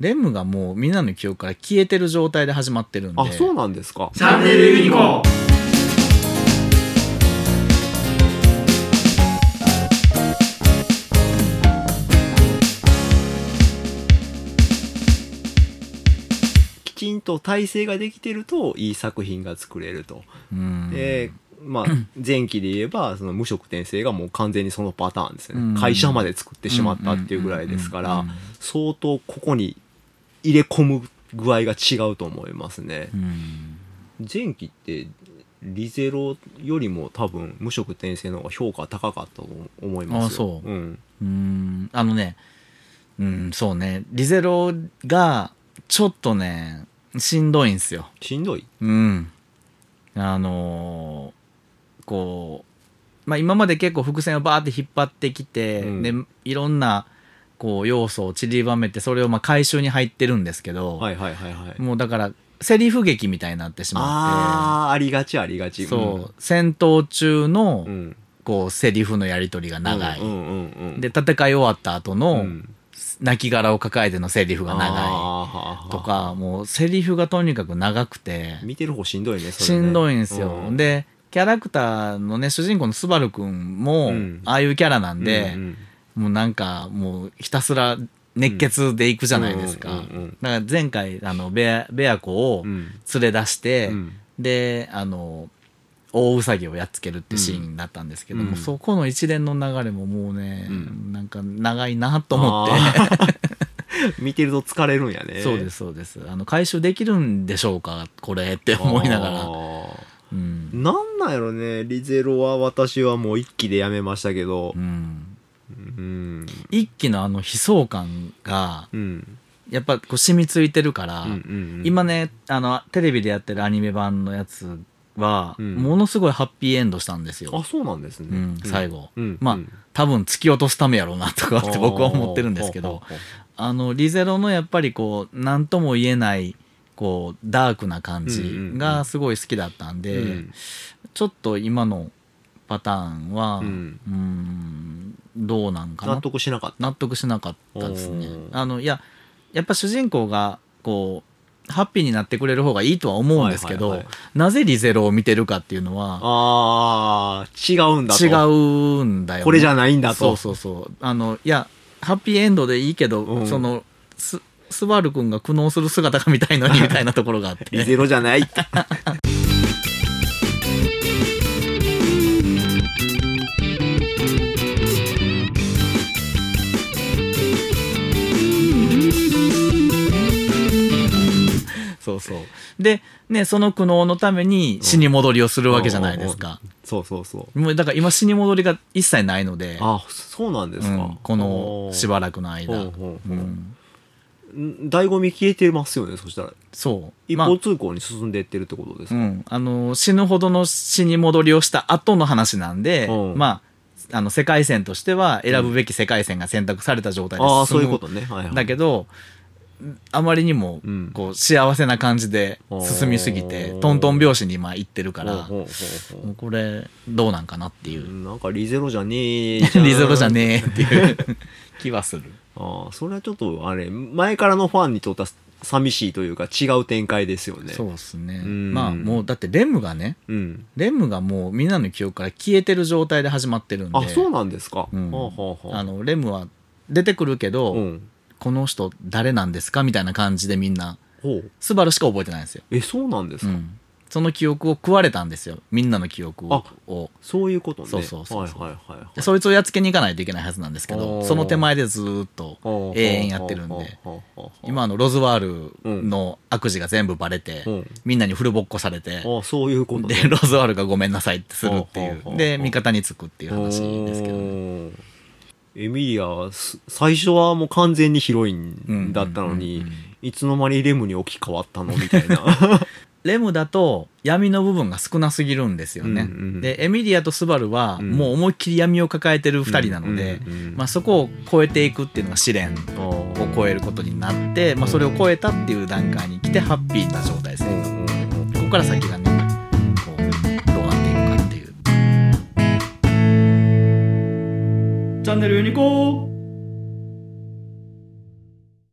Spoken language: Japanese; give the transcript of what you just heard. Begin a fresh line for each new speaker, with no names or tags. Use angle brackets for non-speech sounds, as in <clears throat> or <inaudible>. レムがもうみんなの記憶から消えてる状態で始まってるんで
あそうなんですか
チャンネルユニコーン
きちんと体制ができてるといい作品が作れると、
うん
で
<clears throat>
まあ、前期で言えばその無職転生がもう完全にそのパターンですよね、
うん
会社まで作ってしまったっていうぐらいですから、
うん
相当ここに入れ込む具合が違うと思いますね
う、ん
前期ってリゼロよりも多分無職転生の方が評価高かったと思いますよ
あそう
うん、
うんあのねうんそうねリゼロがちょっとねしんどいんすよ
しんどい
うんあのーこう、まあ、今まで結構伏線をバーって引っ張ってきて、
うん
でいろんなこう要素を散りばめてそれをまあ回収に入ってるんですけど、
はいはいはいはい
もうだからセリフ劇みたいになってしまっ
ああありがちありが
て
ち
そう戦闘中の
うん、うん、
こうセリフのやり取りが長い、
うんうんうんうん、
で戦い終わった後
う
の
ん
泣き殻を抱えてのセリフが長
長
いとかもうセリフがとにかく長くて
見てる方しんどいねそ
し
れね
んどいんですよ、
うん
でキャラクターのね主人公のスバルくん
う
も
ん
ああいうキャラなんで、
うんうん
もうなんかもうひたすら熱血でいくじゃないですか、
うんうん
だから前回あのベアベア子を
うんうん
連れ出して、
うん
であの大ウサギをやっつけるってシーンだったんですけども、
うん
そこの一連の流れももうね、
うん
なんか長いなと思って
あー <laughs> 見てると疲れるんや
<laughs>
ね
そうですすそうですあの回収できるんでしょうかこれって思いながら、うん
なんなんやろねリゼロは私はもう一期でやめましたけど
うん、
うん
一期のあの悲壮感が
うん
やっぱこう染みついてるから、
うんうん
今ねあのテレビでやってるアニメ版のやつは、
うん
ものすごいハッピーエンドしたんですよ
あ、そうなんですね、
うん、最後、
うん
まあ
うん
多分突き落とすためやろうなとかって僕は思ってるんですけど
ほうほうほう
あのリゼロのやっぱりこう何とも言えないこうダークな感
うんうんう
じ
ん
がすごい好きだったんで、
うん
ちょっと今のパターンはう
うんん
どうなんかな
納得しなかった
納得しなかったですね
おー。
あのいややっぱ主人公がこうハッピーになってくれる方がいいとは思うんですけど、
はいはいは
なぜリゼロを見てるかっていうのは
あー違うんだと
違うんだよね、
これじゃないんだ
そ
と
うそうそうあのいやハッピーエンドでいいけど、
うん
そのススバル君が苦悩する姿が見たい
<laughs>
のにみたいなところがあって
リゼロじゃないって
そうそうで、ね、その苦悩のために死に戻りをするわけじゃないですか、
<laughs> そうそうそう
もうだから今死に戻りが一切ないので、
あそうなんです
う
か、
んこのしばらくの間、
ほうほう
う、
ほうんん醍醐味消えてますよねそしたら
そう
一
まあ
方通行に進んでいってるってことです
う
か、
ん、あの死ぬほどの死に戻りをした後の話なんで、
うん
まああの世界線としては選ぶべき世界線が選択された状態で
ああ
進
そういう
む
ことねはい、はい、
だけどあまりにも
うん
こう幸せな感じで進みすぎて
おー
トントン拍子に今行ってるから
ほうほうほうほ
もうこれどうなんかなっていうう
なんかリゼロじゃねえじゃん
<laughs> リゼロじゃねえっていう
<laughs>
気はする
ああそれはちょっとあれ前からのファンにとっては寂しいというか違う展開ですよね
そう
う
ですね
うん
まあもうだってレムがね
ん
レムがもうみんなの記憶から消えてる状態で始まってるんで
あそうなんですか、
うん
はあはあはあ
あのレムは出てくるけど、
うん
この人誰なんですかみたいな感じでみんな
ほう
スバルしか覚えてないんですよ、
えそうなんです
う
か、
ん、その記憶を食われたんですよみんなの記憶を
あ
を
そういうことね
そうそうそうそう
はいはいはい、はい、
でそいつをやっつけに行かないといけないはずなんですけど
おー
その手前でずーっと
永
永遠やってるんで今あのロズワールの悪事が全部バレて、
うん
みんなにフルボッコされて、
ああそういうこと
で
ね
ロズワールがごめんなさいってするってい
ほうほうほ
う
う
で味方につくっていう話ですけどね
ねエミリアはす最初はもう完全にヒロイ
うん
ンだったのに、
うんうんうん
いつの間にレムに置き換わったのみたいな
<laughs> レムだと闇の部分が少なすぎるんですよね、
うんうん
でエミリアとスバルは
うん
もう思いっきり闇を抱えてる2人なので、
うんうんうん
まあ、そこを超えていくっていうのが試練
あ
を
ー
超えることになって、まあ、それを超えたっていう段階に来てハッピーな状態ですねここから先がねこうどうなっていくかっていう
チャンネルユニコーン